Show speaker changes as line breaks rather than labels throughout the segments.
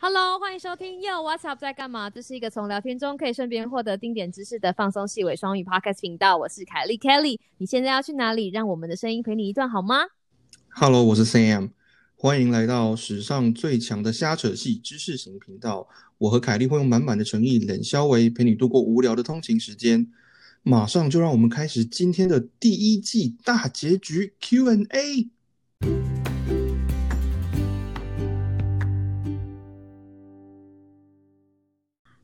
Hello，欢迎收听 Yo What's Up 在干嘛？这是一个从聊天中可以顺便获得丁点知识的放松细尾双语 Podcast 频道。我是凯莉 Kelly，你现在要去哪里？让我们的声音陪你一段好吗？
Hello，我是 Sam，欢迎来到史上最强的瞎扯戏知识型频道。我和凯莉会用满满的诚意、冷笑维陪你度过无聊的通勤时间。马上就让我们开始今天的第一季大结局 Q&A。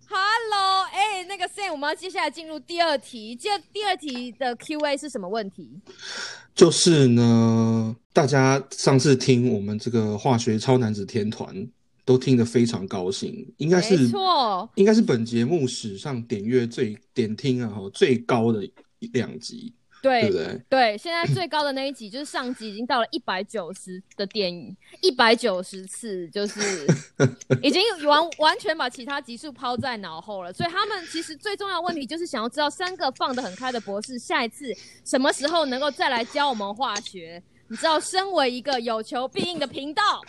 Hello，哎、那个 Sam，我们要接下来进入第二题。这第二题的 Q&A 是什么问题？
就是呢，大家上次听我们这个化学超男子天团都听得非常高兴，应该
没
是
错，
应该是本节目史上点阅最点听啊哈最高的一两集，对
对
不对？
对，现在最高的那一集就是上集已经到了一百九十的电影，一百九十次，就是已经完完全把其他集数抛在脑后了。所以他们其实最重要的问题就是想要知道三个放得很开的博士下一次什么时候能够再来教我们化学。你知道，身为一个有求必应的频道，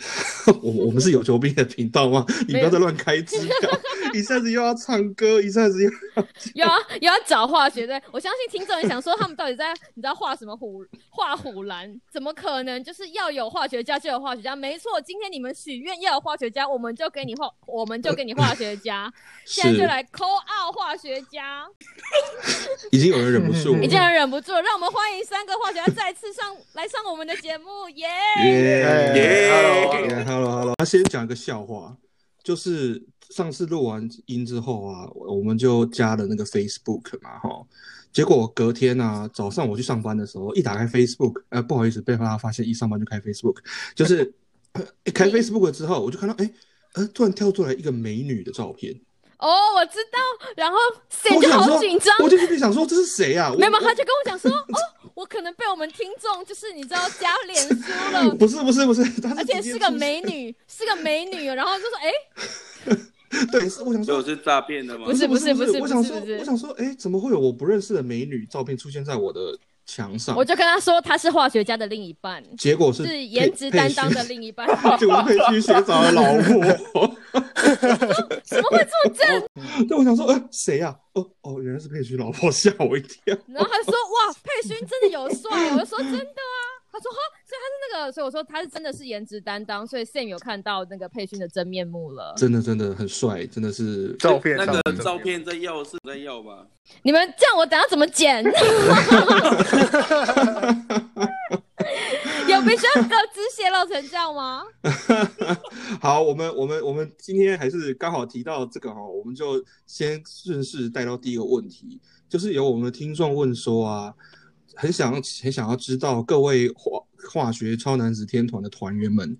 我 我们是有求必应的频道吗？你不要再乱开支票， 一下子又要唱歌，一下子又……
有要有要找化学对，我相信听众也想说他们到底在你知道画什么虎画虎兰？怎么可能？就是要有化学家就有化学家，没错。今天你们许愿要有化学家，我们就给你化，我们就给你化学家。 现在
呃是
就来扣二化学家，
已经有人忍不住 了，
已经有人忍不住了，让我们欢迎三个化学家再次上来上我们的节目，耶、
耶
耶
耶，Hello Hello，那先讲一个笑话，就是上次录完音之后啊，我我们就加了那个 Facebook 嘛，哈，结果隔天啊，早上我去上班的时候，一打开 Facebook，呃，不好意思，被他发现一上班就开 Facebook，就是、 呃一开 Facebook 之后，我就看到，哎、呃，突然跳出来一个美女的照片。
哦，我知道。然后谁
我
就
想
好
说
紧张，
我就心里想说这是谁啊？我
没有，他就跟我讲说，哦，我可能被我们听众就是你知道加脸书 了
我。不是不是不是，他是
而且
直接
是个
出
美女，是个美女哦，然后就说，哎、
对，是我想
所
说
以我是诈骗的吗
不？是
不
不
不
是不是
我想说
不是
我想说，哎，怎么会有我不认识的美女照片出现在我的墙上
我？就跟他说他是化学家的另一半，
结果啊是
是颜值担当的，另一半，
佩佩勋结果是佩勋学长的老 婆。
怎么会这么正？
对，我想说，呃，谁呀？哦哦，原来是佩勋老婆，吓我一跳。
然后他说，哇，佩勋真的有帅，我就说真的啊。他说哈，所以他是那个，所以我说他是真的是颜值担当，所以 Sam 有看到那个佩勋的真面目了。
真的真的很帅，真的是
照片
那
上
个
的
照，片在要是在要吧？
你们这样我等下怎么剪？ 有必须要得知泄露成这样吗？
好，我们我们我们今天还是刚好提到这个哈，我们就先顺势带到第一个问题，就是有我们的听众问说啊，很想很想要知道各位化化学超男子天团的团员们，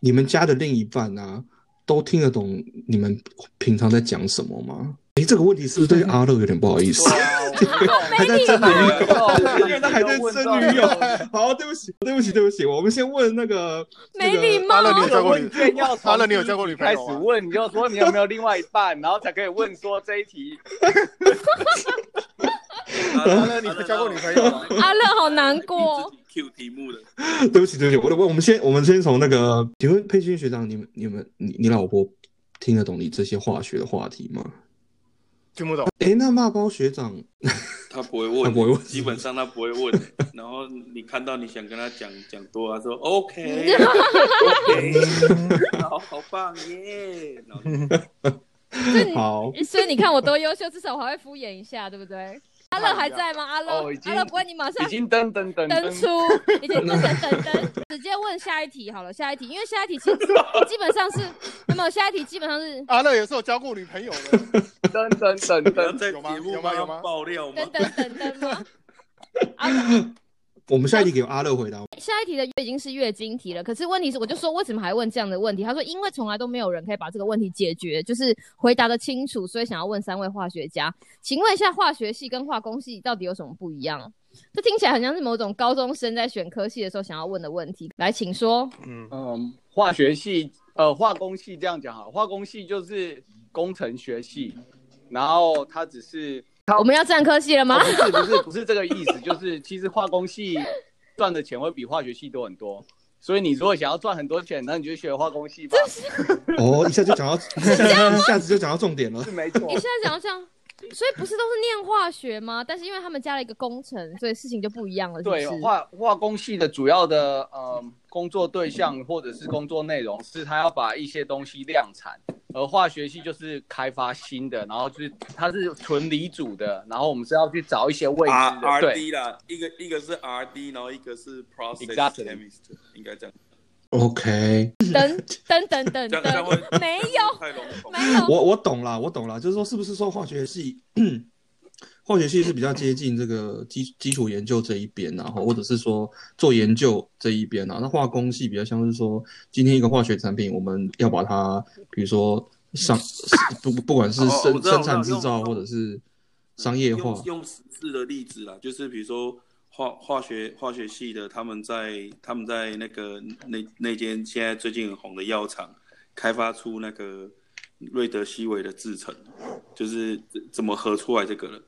你们家的另一半啊，都听得懂你们平常在讲什么吗？诶，这个问题是不是对啊阿乐有点不好意思？ 还在争女友， 因为他还在争女友。好，对不起，对不起，对不起，我们先问那个
没礼貌
阿乐，你有交过
问
女？
卷要从
阿乐，你有交过女朋
开始
友吗？
问，你就说你有没有另外一半，然后才可以问说这一题。
阿
阿乐，你有交过女朋友吗？
阿乐好难过。
Q 题目的，
对不起，对不起，我我我们先我们先从那个，请问佩君学长，你们你们你你老婆听得懂你这些化学的话题吗？
听不懂，
诶，那骂包学长，
他不会
他
问，
不会问
基本上他不 会问。然后你看到你想跟他讲讲多，他说 OK，好好棒耶。然后
就你
好，
所以你看我多优秀，至少我还会敷衍一下，对不 对？阿乐还在吗？阿乐
哦已，经
阿乐不会，你马上
已经噔噔
登
噔噔，
出，已经登登登登，直接问下一题好了。下一题，因为下一题其 实基本上是，那么下一题基本上是
阿乐也是有交过女朋友的，
噔噔噔
不要
噔。
在
有吗
节目
有吗有吗
爆料吗
登？登登登 吗？阿乐，
我们下一题给阿乐回答。
下一题的已经是月经题了，可是问题是，我就说为什么还问这样的问题？他说因为从来都没有人可以把这个问题解决，就是回答的清楚，所以想要问三位化学家，请问一下化学系跟化工系到底有什么不一样？这听起来很像是某种高中生在选科系的时候想要问的问题。来，请说。
嗯，
嗯，化学系，呃，化工系这样讲好，化工系就是工程学系，然后它只是，
我们要占科系了吗
哦？不是不是不是这个意思，就是其实化工系赚的钱会比化学系多很多，所以你如果想要赚很多钱，那你就学化工系吧，
哦，一下就讲到，一下子就讲到重点了
是。没错
一。下讲到这样，所以不是都是念化学吗？但是因为他们加了一个工程，所以事情就不一样了，是不
对
是？，
化化工系的主要的呃工作对象或者是工作内容是它要把一些东西量产，而化学系就是开发新的，然后就是它是纯理组的，然后我们是要去找一些未知
R
的，
啊 R
对
D 啦，一个一个是 R D，然后一个是 process
Exactly
chemist，应该这样，
OK，
等等等等
这样这样会
等，没有
太笼统。
没有，
我我懂啦，我懂啦，就是说是不是说化学系，化学系是比较接近这个基基础研究这一边，然后或者是说做研究这一边啊，那化工系比较像是说今天一个化学产品，我们要把它，比如说上不不管是
哦我
生
知道
生产制
我知道
造
用
或者是商业化
用，用实质的例子啦，就是比如说化化学化学系的，他们在他们在那个那那间现在最近很红的药厂开发出那个瑞德西韦的制成，就是怎怎么合出来这个了，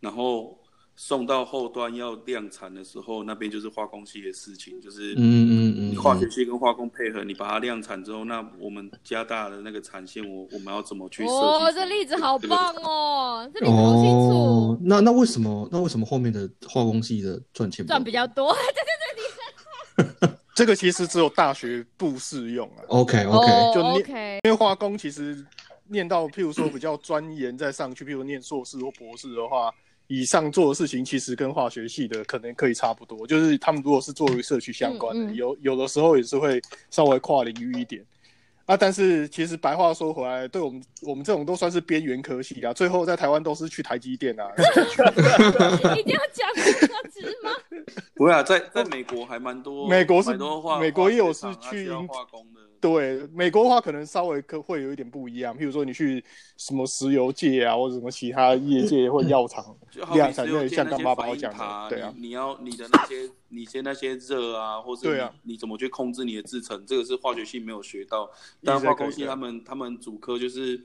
然后送到后端要量产的时候，那边就是化工系的事情，就是
嗯嗯嗯
你
嗯，
化学系跟化工配合，你把它量产之后，那我们加大的那个产线，我我们要怎么去设计？
哦，这例子好棒哦，这例子好清楚
嗯哦，，那那为什么那为什么后面的化工系的赚钱
赚比较多。
这个其实只有大学部适用啊，
OK OK，、
哦
就念
OK，
因为化工其实念到譬如说比较钻研再上去，譬如念硕士或博士的话，以上做的事情其实跟化学系的可能可以差不多，就是他们如果是做社区相关的，
嗯嗯
有有的时候也是会稍微跨领域一点。啊，但是其实白话说回来，对我们我们这种都算是边缘科系啊，最后在台湾都是去台积电啊，
一定要讲这个值吗？
不会啊，在在美国还蛮多，
美国是
蛮多化，
美国也有
化学厂
是去
它需要化工的，
对，美国的话可能稍微可会有一点不一样，譬如说你去什么石油界啊，或者什么其他业界或药厂，
就好
量
比
产
是
就
有
像刚爸爸
反应
讲的，
塔，
对啊，
你你要你的那些 你些那些热啊，或
对
者
啊
你你怎么去控制你的制程，这个是化学系没有学到，但化工系他们他们主科就是。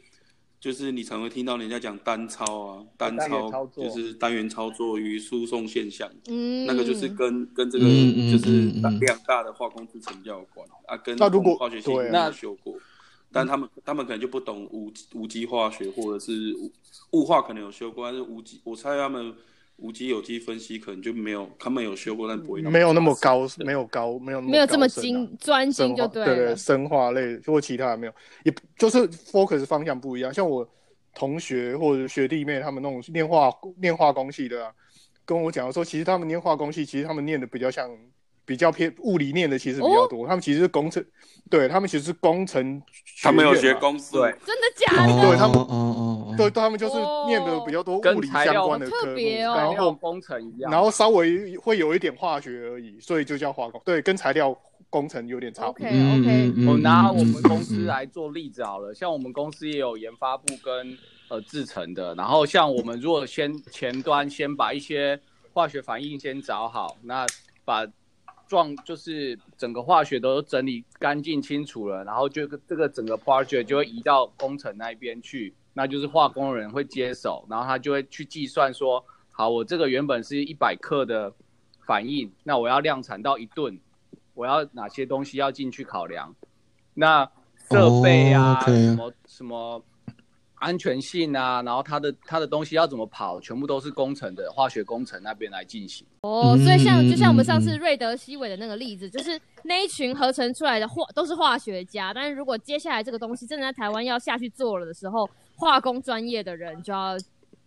就是你常会听到人家讲单操啊，单
单元
操
操作
就是单元操作与输送现象，
嗯，
那个就是跟跟这个
嗯嗯
就是
嗯嗯
量大的化工制成较有关啊，跟
那如果
化学系
对啊
没有修过，但他们他们可能就不懂无无机化学或者是物物化可能有修过，但是无机我猜他们无机有机分析可能就没有，他们有修过但不会
没有那么高，没有高，没有那么
没有这么
高深啊
精专
生
精
化
就
对
了。
生化类或其他的没有，也不就是 focus 方向不一样。像我同学或者学弟妹他们那种念化念化工系的、啊，跟我讲说，其实他们念化工系，其实他们念的比较像比较偏物理念的，其实比较多。他们其实是工程，对他们其实是工程学
他
院啊嘛，
们有学公式，
对
真的假的？
对他们
哦哦哦，
对，对他们就是念的比较多
嗯跟
物理
材
相
料
关的
哦好特
科目，
别哦
材
然
料
后
工程一样。
然后稍微会有一点化学而已，所以就叫化工，对，跟材料工程有点差别。
OK，OK
嗯
我拿哦我们公司，来做例子好了，像我们公司也有研发部跟呃制成的，然后像我们如果先前端先把一些化学反应先找好，那把状就是整个化学都整理干净清楚了，然后就这个整个 project 就会移到工程那边去，那就是化工人会接手，然后他就会去计算说，好，我这个原本是一百克的反应，那我要量产到一吨，我要哪些东西要进去考量？那设备啊
哦，，OK
什么什么安全性啊，然后它的它的东西要怎么跑，全部都是工程的化学工程那边来进行。
哦，所以像
嗯
就像我们上
嗯
次
嗯
瑞德西韦的那个例子，就是那一群合成出来的化都是化学家，但是如果接下来这个东西真的在台湾要下去做了的时候，化工专业的人就要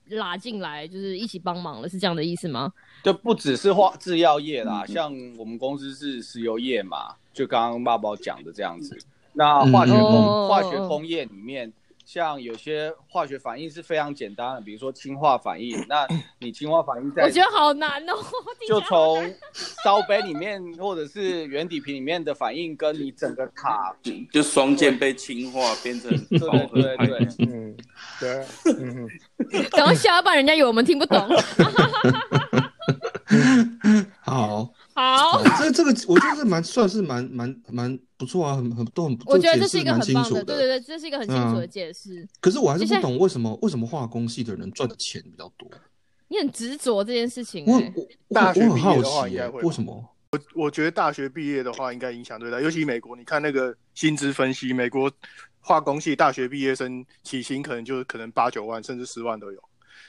拉进来，就是一起帮忙了，是这样的意思吗？
就不只是化制药业
嗯
啦，像我们公司是石油业嘛，就刚刚爸爸讲的这样子。那化学工、
嗯
化学工业里面，像有些化学反应是非常简单的，比如说氢化反 应。那你氢化反应在
我觉得好难哦，
就从烧杯里面或者是圆底瓶里面的反应，跟你整个塔，
就就双键被氢化变成
对
饱和
对对
态
对，
嗯，对啊，嗯哼。
等会下半人家以为我们听不 懂。
好，
好，
这这个我觉得是蛮算是蛮蛮蛮不错啊，很很都很，
我觉得这
这个
是
解
一
释
个很
蛮清
棒
楚
的，对对对，这是一个很清楚的解释。
可是我还是
接下
不
来
懂为什么为什么化工系的人赚的钱比较多，
你很执着这件事情、
我
欸
很，我我
大学
我很
毕业的
好
话
奇
应该
耶，
会吧
为什么？
我觉得大学毕业的话，应该影响最大，尤其美国，你看那个薪资分析，美国化工系大学毕业生起薪可能就可能八九万，甚至十万都有。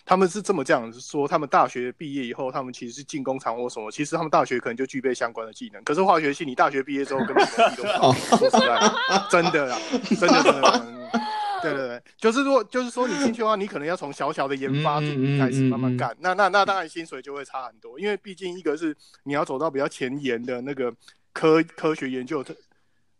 他们是这么这样说，他们大学毕业以后，他们其实是进工厂或什么，其实他们大学可能就具备相关的技能。可是化学系，你大学毕业之后根本什么技都不知道，真的啦，真的真的。真的对对对，就是说，就是说，你进去的话，你可能要从小小的研发组开始慢慢干。啊那那那当然薪水就会差很多，因为毕竟一个是你要走到比较前沿的那个科科学研究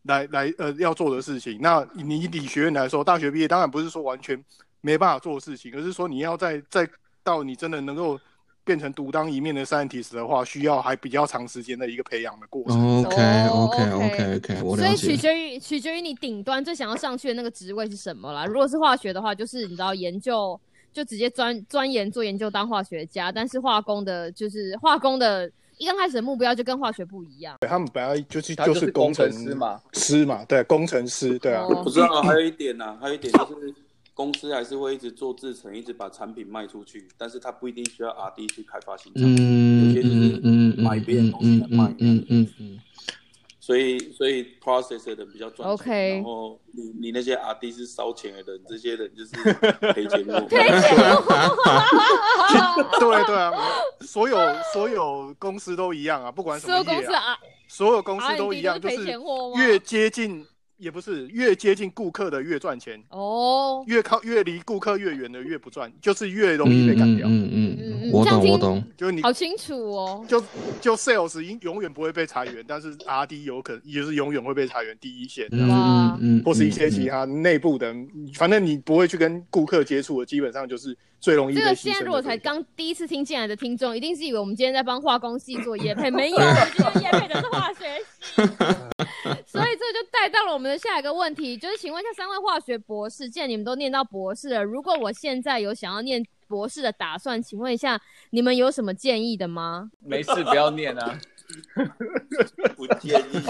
来来呃要做的事情。那你理学院来说，大学毕业当然不是说完全没办法做事情，而是说你要在再到你真的能够变成独当一面的 scientist 的话，需要还比较长时间的一个培养的过程。
哦 OK OK OK OK，我
所
了
以取
解。
决于取决于你顶端最想要上去的那个职位是什么啦。如果是化学的话，就是你知道研究就直接钻钻研做研究当化学家，但是化工的就是化工的一刚开始的目标就跟化学不一样。
对他们本来就是
他
就
就是
是
工
工
程
程
师嘛，
师嘛，对，工程师，对啊。
哦
不知道、还有一点呐、还有一点就是公司还是会一直做制成，一直把产品卖出去，但是它不一定需要 R D 去开发新产品，
嗯嗯嗯嗯，嗯嗯嗯嗯，
所以所以 processor 的比较赚钱
OK
然后你你那些 R D 是烧钱的人，这些人 就是赔钱货。
对对啊，没所有所有公司都一样啊，不管什
所有
么
公
业、
司
啊，
啊
所有公司都一
，R&D
样，
就
就是
赔钱
是
货啊吗？
越接近也不是越接近顾客的越赚钱，
哦，
越靠越离顾客越远的越不赚，就是越容易被干掉。
嗯嗯嗯，我懂我懂。
就是你
好清楚哦。
就就 sales 永永远不会被裁员，但是 R D 有可能也是永远会被裁员第一线，
嗯嗯，
或是一些其他内部的，反正你不会去跟顾客接触的，基本上就是最容易
这
被
个
牺
现
牲
在
的
如果才
对象
刚第一次听进来的听众，一定是以为我们今天在帮化工系做业配，没有，我们今天业配的是化学系，所以这就带到了我们的下一个问题，就是请问一下三位化学博士，既然你们都念到博士了，如果我现在有想要念博士的打算，请问一下你们有什么建议的吗？
没事，不要念 啊。
不建议。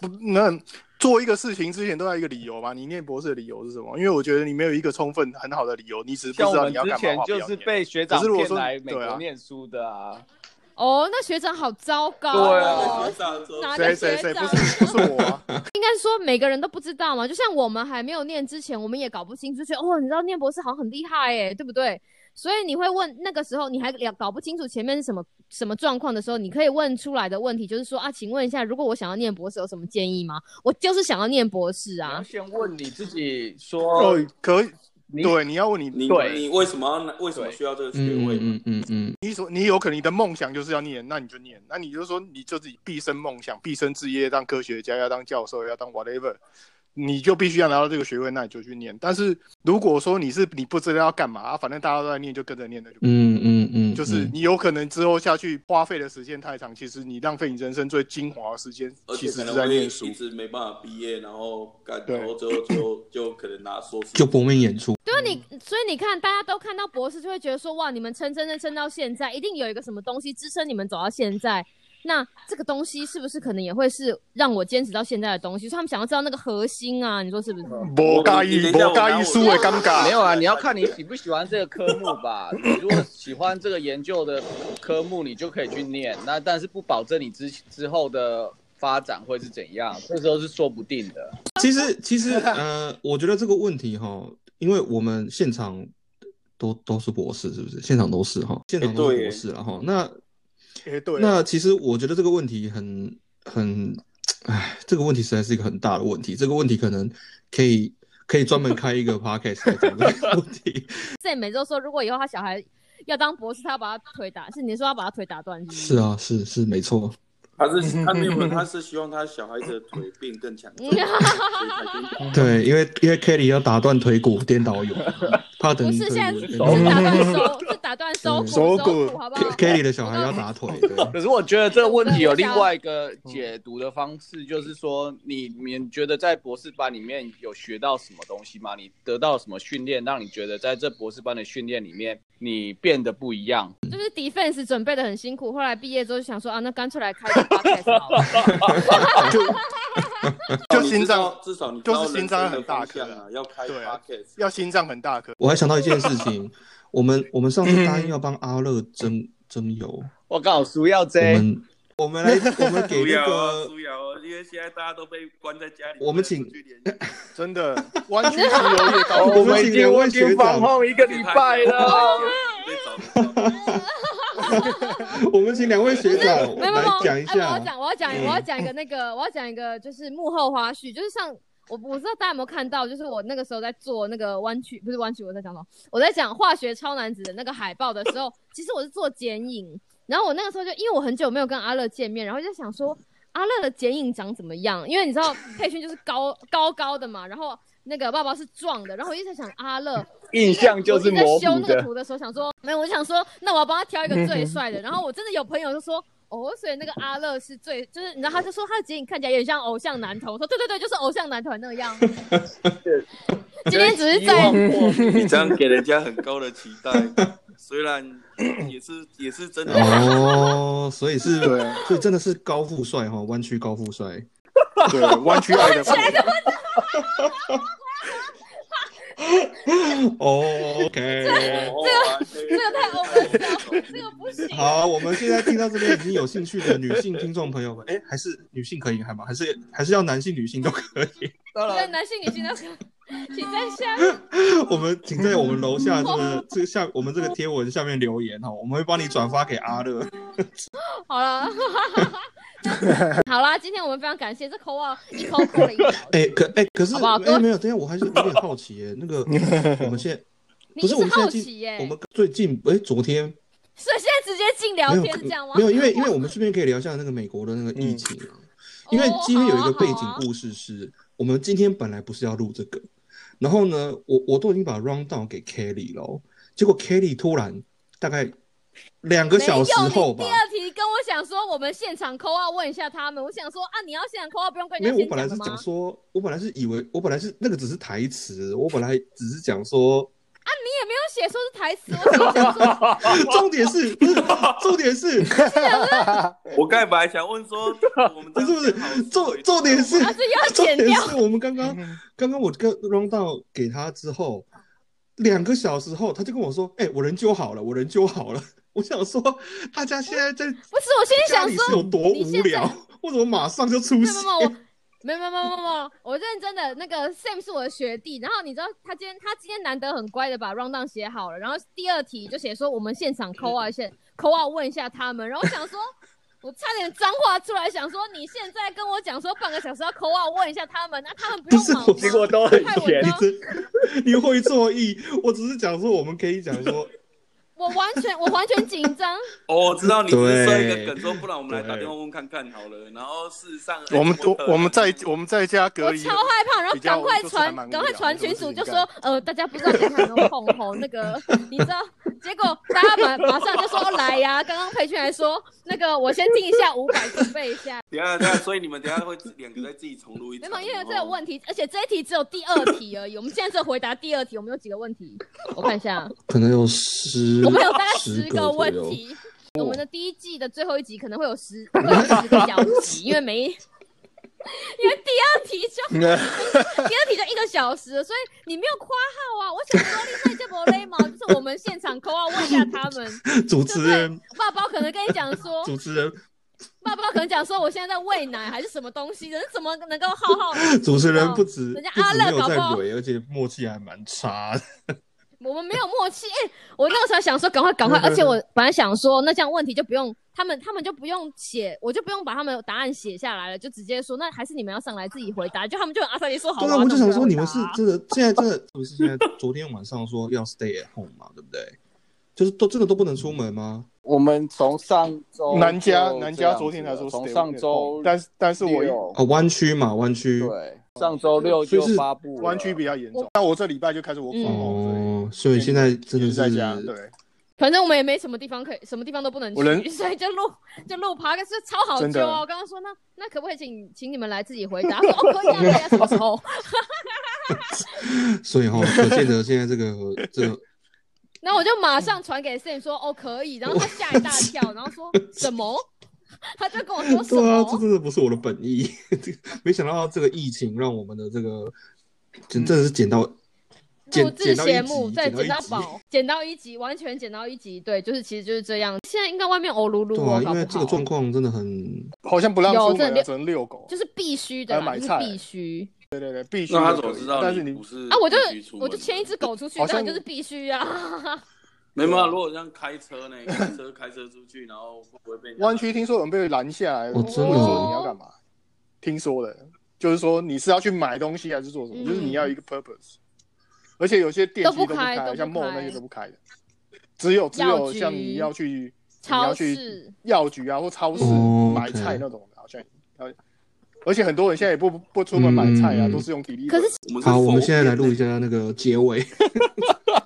不，那做一个事情之前都要一个理由嘛？你念博士的理由是什么？因为我觉得你没有一个充分很好的理由，你只是
像
不知道
我们
你要
之
干嘛
前
的话。不
就
要
是
念
被学
可
长
是如果
骗
说
来美
对
国
啊
念书的啊，
哦，那学长好糟糕
对
哦
啊。
哪个
谁
学
谁
长
谁不是不是我、啊，
应该说每个人都不知道嘛，就像我们还没有念之前，我们也搞不清楚，就觉得哦，你知道念博士好像很厉害哎，对不对？所以你会问那个时候你还了搞不清楚前面是什么什么状况的时候，你可以问出来的问题就是说啊，请问一下，如果我想要念博士有什么建议吗？我就是想要念博士
你要
啊，
先问你自己
哦
说，
可以，
你
对，你要问你，
你
对
你为什么要拿为什么
对
需要这个学
嗯
位？
嗯嗯嗯
你所你有可能你的梦想就是要念，那你就念，那你就说你就自己毕生梦想、毕生置业，当科学家，要当教授，要当 whatever，你就必须要拿到这个学位，那你就去念。但是如果说你是你不知道要干嘛，啊反正大家都在念，就跟着念，那就
嗯嗯嗯，
就是你有可能之后下去花费的时间太长，其实你浪费你人生最精华的时间，
而
其
且
实
可
是
能
在
会
念
一
书。
直没办法毕业，然后干，
对
然后最后就就可能拿硕士，
就搏命 演出。
对啊，你所以你看大家都看到博士就会觉得说哇，你们撑撑撑撑到现在，一定有一个什么东西支撑你们走到现在。那这个东西是不是可能也会是让我坚持到现在的东西？所以他们想要知道那个核心啊，你说是不是？
不介意，不介意输的尴尬
没。有啊，你要看你喜不喜欢这个科目吧。你如果喜欢这个研究的科目，你就可以去念。那但是不保证你之之后的发展会是怎样，这时候是说不定的。
其实其实呃，我觉得这个问题哈，因为我们现场都都是博士，是不是？现场都是哈，现场都是博士了哈。那
哎，对啊，
那其实我觉得这个问题很很，哎，这个问题实在是一个很大的问题。这个问题可能可以可以专门开一个 podcast 来讲这个问 题。
这每周说，如果以后他小孩要当博士，他要把他腿打，是你说要把他腿打断是不是？
是啊，是是没错。
他 是他没有，他是希望他小孩子的腿变更 强壮，所以才跟你
对，因为因为 Kelly 要打断腿骨颠倒有，怕等
不是，
腿
现在
骨
是
颠倒
打
有
断手，是打断手骨，手
手骨
骨好不好？
Kelly 的小孩要 打腿，对，
可是我觉得这个问题有另外一个解读的方式，就是说，你你觉得在博士班里面有学到什么东西吗？你得到什么训练，让你觉得在这博士班的训练里面，你变得不一样？
就是 defense 准备的很辛苦，后来毕业之后就想说啊，那干脆来开个 podcast 好了。
就
你
心
知道
脏
至少你知
就
道
是
人
心脏
生的
很大
方向
颗
啊，要开
对啊
pocket，
要心脏很大颗。
我还想到一件事 情，
嗯
我们我们上次答应要帮阿乐争争油，
我告诉要
我
这
们 我们来，我们给
苏
那
瑶啊，
个
苏瑶啊，因为现在大家都被关在家里，
我们请。
不能出去联谊
真 的，弯曲自由也高
我们
已
请
经
两位学
访
长，
后一个礼拜了。
被找不到。
我们请两位学长
没有没有
来，讲一
哎我
下嗯
要。讲，我要讲，我要讲一个那个，我要讲一个，就是幕后花絮，就是像我我不知道大家有没有看到，就是我那个时候在做那个弯曲，不是弯曲，我在讲什么？我在讲化学超男子的那个海报的时 候，其实我是做剪影，然后我那个时候就因为我很久没有跟阿乐见面，然后就在想说阿乐的剪影长怎么样？因为你知道佩勋就是高高高的嘛，然后那个爸爸是壮的，然后我一直在想阿乐，
印 象就是
我一直
模
在修
糊
那个
的。
图的时候，想说没有，我想说那我要帮他挑一个最 帅的。然后我真的有朋友就说。哦，所以那个阿乐是最，就是你知道，他就说他的剪影看起来有点像偶像男团。我说对对对，就是偶像男团那个样子。 今天只是在
你这样给人家很高的期 待，虽然也是也是真的。
哦，所以是
对啊，
所以真的是高富帅哈，湾区高富帅。
对，弯曲 爱的富
哦，OK。
这个太 over 了，这个不行。
好，我们现在听到这边已经有兴趣的女性听众朋友们，哎，还是女性可以还吗？还是还是要男性、女性都可以。
当
这个
然，
男性女性的，请在下
我们请在我们楼下这个这个下我们这个贴文下面留言哈，我们会帮你转发给阿乐。
好了。 好啦，今天我们非常感谢这口啊，一口口了一小时。
哎，可哎可是
好不好
哎没有，等一下我还是有点好奇耶，那个我们现在
你
不
一
是
直
我们现
好
在
奇耶、
进我们最近哎昨天
所以现在直接进聊
没有
天是这样吗？
没有，因为因为 我们顺便可以聊一下那个美国的那个疫情啊，
嗯
因
哦
为今天有一
啊
个背景故事是，我们今天本来不是要录这个，然后呢，我我都已经把 round down 给 Kelly 了哦，结果 Kelly 突然大概两个小时后吧
没有你第。二题跟我想说，我们现场扣二问一下他们。我想说啊，你要现场扣二，不用跟
没
人家
有，我
先
本来是
吗？
讲说，我本来是以为，我本来是那个只是台词，我本来只是讲说，
啊你也没有写说是台词，我只是想说啊
重点是，不是重点是，
我刚才本来想问说，我们
不是不
这样好
是，重重点是，
啊，这要
重
剪
点
掉。
是我们刚刚刚刚我跟 round down 给他之后，两个小时后他就跟我说：“哎、我人揪好了，我人揪好了。”我想说，大家现在在
不是，我心里
家
想
里
说
是，有多
你
无
现
聊
在，
为什么马上就出
没
现
有？没有没有我。 没有没有没有没有没有，我认真的那个 Sam 是我的学弟，然后你知道他今天他今天难得很乖的把 round down 写好了，然后第二题就写说我们现场扣二线扣二问一下他们，然后我想说 我差点脏话出来，想说你现在跟我讲说半个小时要扣二问一下他们，那他们不
不是
用忙吗
我
结果都很
害我
甜
你
呢
真哎你会错意，我只是讲说我们可以讲说，
我完全我完全紧张，
哦，我知道你只是设一
对
个梗，说不然我们来打
对
电话问看看好了。然后事实上，
我们
哎
我我们在我们在家隔
我
离，
超害怕，然后
比较
赶快
就是还
传
蛮无
赶快
聊
传
的这
群组
种事
就
情
说呃大家不知道平常有没有碰红那个，你知道？结果大家马马上就说哦来呀、刚刚培训还说那个我先听一下五百准备一下，
等一下等一下，所以你们等一下会两个再自己重录一
没
次。
有，因为这有问题，而且这一题只有第二题而已，我们现在只有回答第二题，我们有几个问题？我看一下，
可能有十，
我们有大概
十
十个问
左右。
题。我们的第一季的最后一集可能会有 十会有十个小时，因为没， 因为第二题就 第二题就一个小时，所以你没有夸号啊！我想说，另外这波勒毛就是我们现场扣号问一下他们，
主
对
持
不对
人，？
爸爸可能跟你讲说，
主持人，
爸爸可能讲说，我现在在喂奶还是什么东西的，人怎么能够浩浩？
主持人不止
哦人家
不
阿
止
乐
没有
搞
在
不好
蕊，而且默契还蛮差的。
我们没有默契。哎、我那个时候想说，赶快赶快，而且我本来想说，那这样问题就不用他们，他们就不用写，我就不用把他们答案写下来了，就直接说，那还是你们要上来自己回答。就他们就很阿萨里说好啊，
对啊，我就想说你们是
那
真的，现在真的不是现在昨天晚上说要 stay at home 嘛，对不对？就是都真的都不能出门吗？
我们从上周
南家
就
南
哦这
家
样子
昨天才说 stay
了从
at
上
home，
周
但是但是我
六
啊，湾区嘛，湾区。
对上周六
所以
就是发布了
湾区比较严重
我。
那我这礼拜就开始我
嗯
恐
哦，所以现在真的
也
是
是在家，对，
反正我们也没什么地方可以，什么地方都不能
我人
去， 所以就录就录爬个是超好
真的
揪啊！我刚刚说那那可不可以请请你们来自己回答？他说 哦可以啊，可以啊，什么时 候？
所以哈、可见得现在这个这个
然后我就马上传给 Sam 说哦可以，然后他吓一大跳，然后 说什么？ 他就跟我说 什
对啊，这
么？
真的不是我的本意。 这个没想到这个疫情让我们的这个真真的是捡到
复
剪
制
剪到一
节目，
集
再
剪
剪
到一
到
集
宝，剪到一集，完全剪到一集，对，就是其实就是这样。现在应该外面欧噜噜
对
哦，搞
啊，因
不
为这个
好
状况真的很
好像不让
有
出
这
门啊，
六
只能遛狗，
就是必须的
还
啦，
买
就是
菜
必须
对对对，必须
那他
的
怎么
可以
知道
但是
你
你
不是
啊！我就
必须出门
我就牵一只狗出去，
好
那
像
你就是必须啊。
没有啊，如果这样开车 呢，开车开车出去，然后会不会被人家
湾区听说有人被拦下来，
哦真的
问
哦
说你要干嘛？听说的，就是说你是要去买东西还是做什么？
嗯
就是你要有一个 purpose。而且有些电梯
都
都
不
不
开
开，
都不
像
开
mall 那些都不开的，只有只有
药局
像你要去你
超
要去
市
药局啊或超市
哦
买
OK
菜那种的，好像要。而且很多人现在也不不出门买菜啊，
嗯
都是用体力。
可是
我们是
好。我们
否
现在来录
定
一下那个结尾，
哦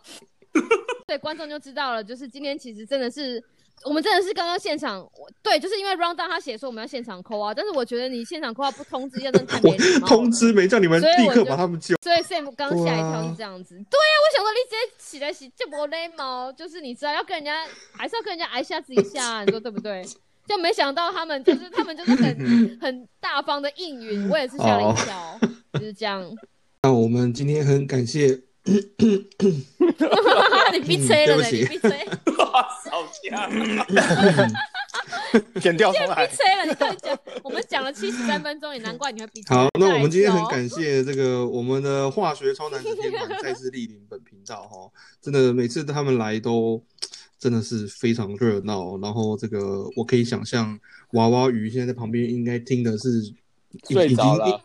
对观众就知道了，就是今天其实真的是。我们真的是刚刚现场，我对，就是因为 round down 他写说我们要现场扣啊，但是我觉得你现场扣啊不通知一下，真的太没礼貌了。
通知没叫你们
所以
立
我
刻
就
把他们揪。
所以 Sam 刚吓一跳
对啊
是这样子。对呀、我想说你直接起来洗这么累吗？就是你知道要跟人家还是要跟人家挨下自己下、你说对不 对？就没想到他们就是他们就是很很大方的应允，我也是吓了一
哦
跳，就是这 样。
那我们今天很感谢
你闭嘴了
嗯对不
嘞，
起
你闭嘴，
吵架？
剪掉重
闭
来，
嘴了，你快讲。我们讲了七十三分钟，也难怪你会闭嘴。
好，那我们今天很
再来一次哦
感谢这个我们的化学超男子天团再次莅临本频道哈， 真的每次他们来都真的是非常热闹，然后这个我可以想象娃娃鱼现在在旁边应该听的是已
睡着
已
了
经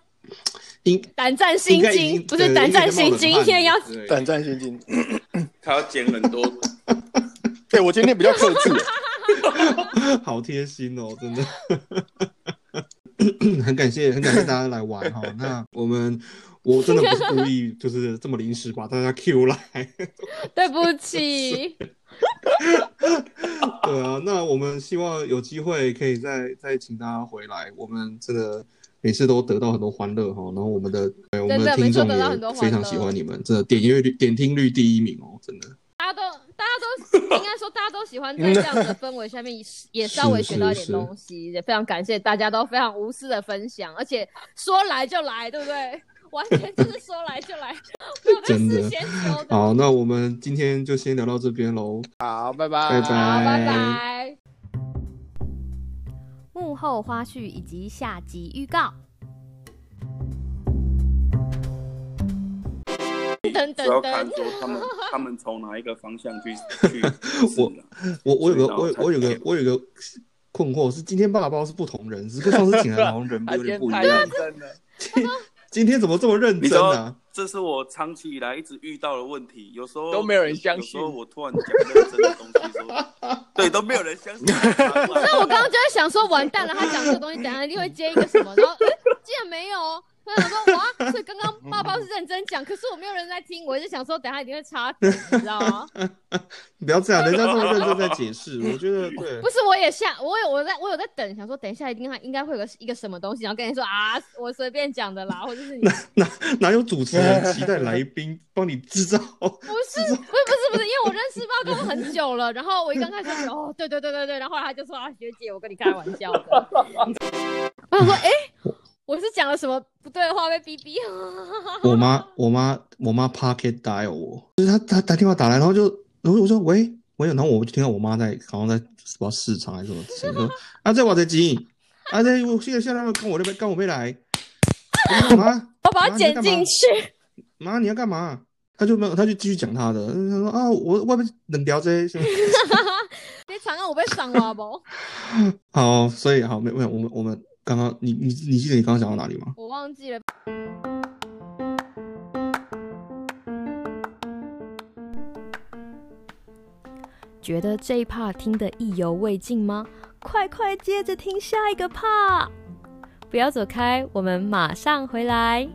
应
胆战
应
心
该已
惊，
经
不是
对
胆
应该
战
在冒
心
冷
惊，
汗
天要
对
胆战心惊。
他要剪很多，
对哎我今天比较克制，
好贴心哦，真的。 很感谢，很感谢大家来玩哈、那我们，我真的不是故意，就是这么临时把大家 Q 来。
对不起，
对啊，那我们希望有机会可以再再请大家回来，我们真的每次都得到很多欢乐哈。然后我们的对我们
真的
的听众
每次都得到很多
也
欢乐
非常喜欢你们，真的点阅率点听率第一名哦，真的。
大家都大家都 应该说大家都喜欢在这样的氛围下面也，也稍微学到一点东西，也非常感谢大家都非常无私的分享，而且说来就来，对不对？完全就是说来就来，没有在
真的
事先说的。好，
好，那我们今天就先聊到这边喽，
好，
拜
拜
拜
拜。
幕后花絮以及下集预告。
等等
主要看
等，
说他们他们从哪一个方向去去试
我
啦。
我我有个我有我
所以到
有个我有个困惑是今天爸爸是不同人，只是跟上次请来的好像 人
他
有
今
点
天
不一
太
样
认。真了。
今天怎么这么认
你知
真
道
啊？，
这是我长期以来一直遇到的问题，有时候
都没有人相信
有时候我突然讲认真的东西 说，对，都没有人相信。
那我刚刚就在想说，完蛋了，他讲这个东西，等下一定会接一个什么，然后哎，竟然没有哦。我想说，哇，所以刚刚爸爸是认真讲，可是我没有人在听，我就想说，等下一定会插题，你知道吗？
你不要这样，人家这么认真在解释，我觉 得对
不。是，我也下，我有我在我有在等，想说等一下一定还应该会有个一个什么东西，然后跟你说啊，我随便讲的啦，或者是你
哪哪有主持人期待来宾帮你制造？
不是不是不是不是，因为我认识爸公很久了，然后我一刚开始就哦对对对对对，然后后来他就说啊学姐，我跟你开玩笑的，我想说哎、我是讲了什么不对的话被逼逼，
我妈，我妈，我妈 pocket dial 我，就是她她打电话打来，然后就然后我说喂喂，然后我就听到我妈在好像在什么市场还是什么，说啊这我在急，啊这我现在现在跟我这边跟我妹来，我说妈
我把它剪进去，
妈你要干嘛？她就没有，她就继续讲她的，她说啊我外面冷聊这些。
别长按我被赏了不？
好，所以好没没有我们我们刚刚你你你记得你刚刚讲到哪里吗？
我忘记了。
觉得这一 part 听得意犹未尽吗？快快接着听下一个 part，不要走开，我们马上回来。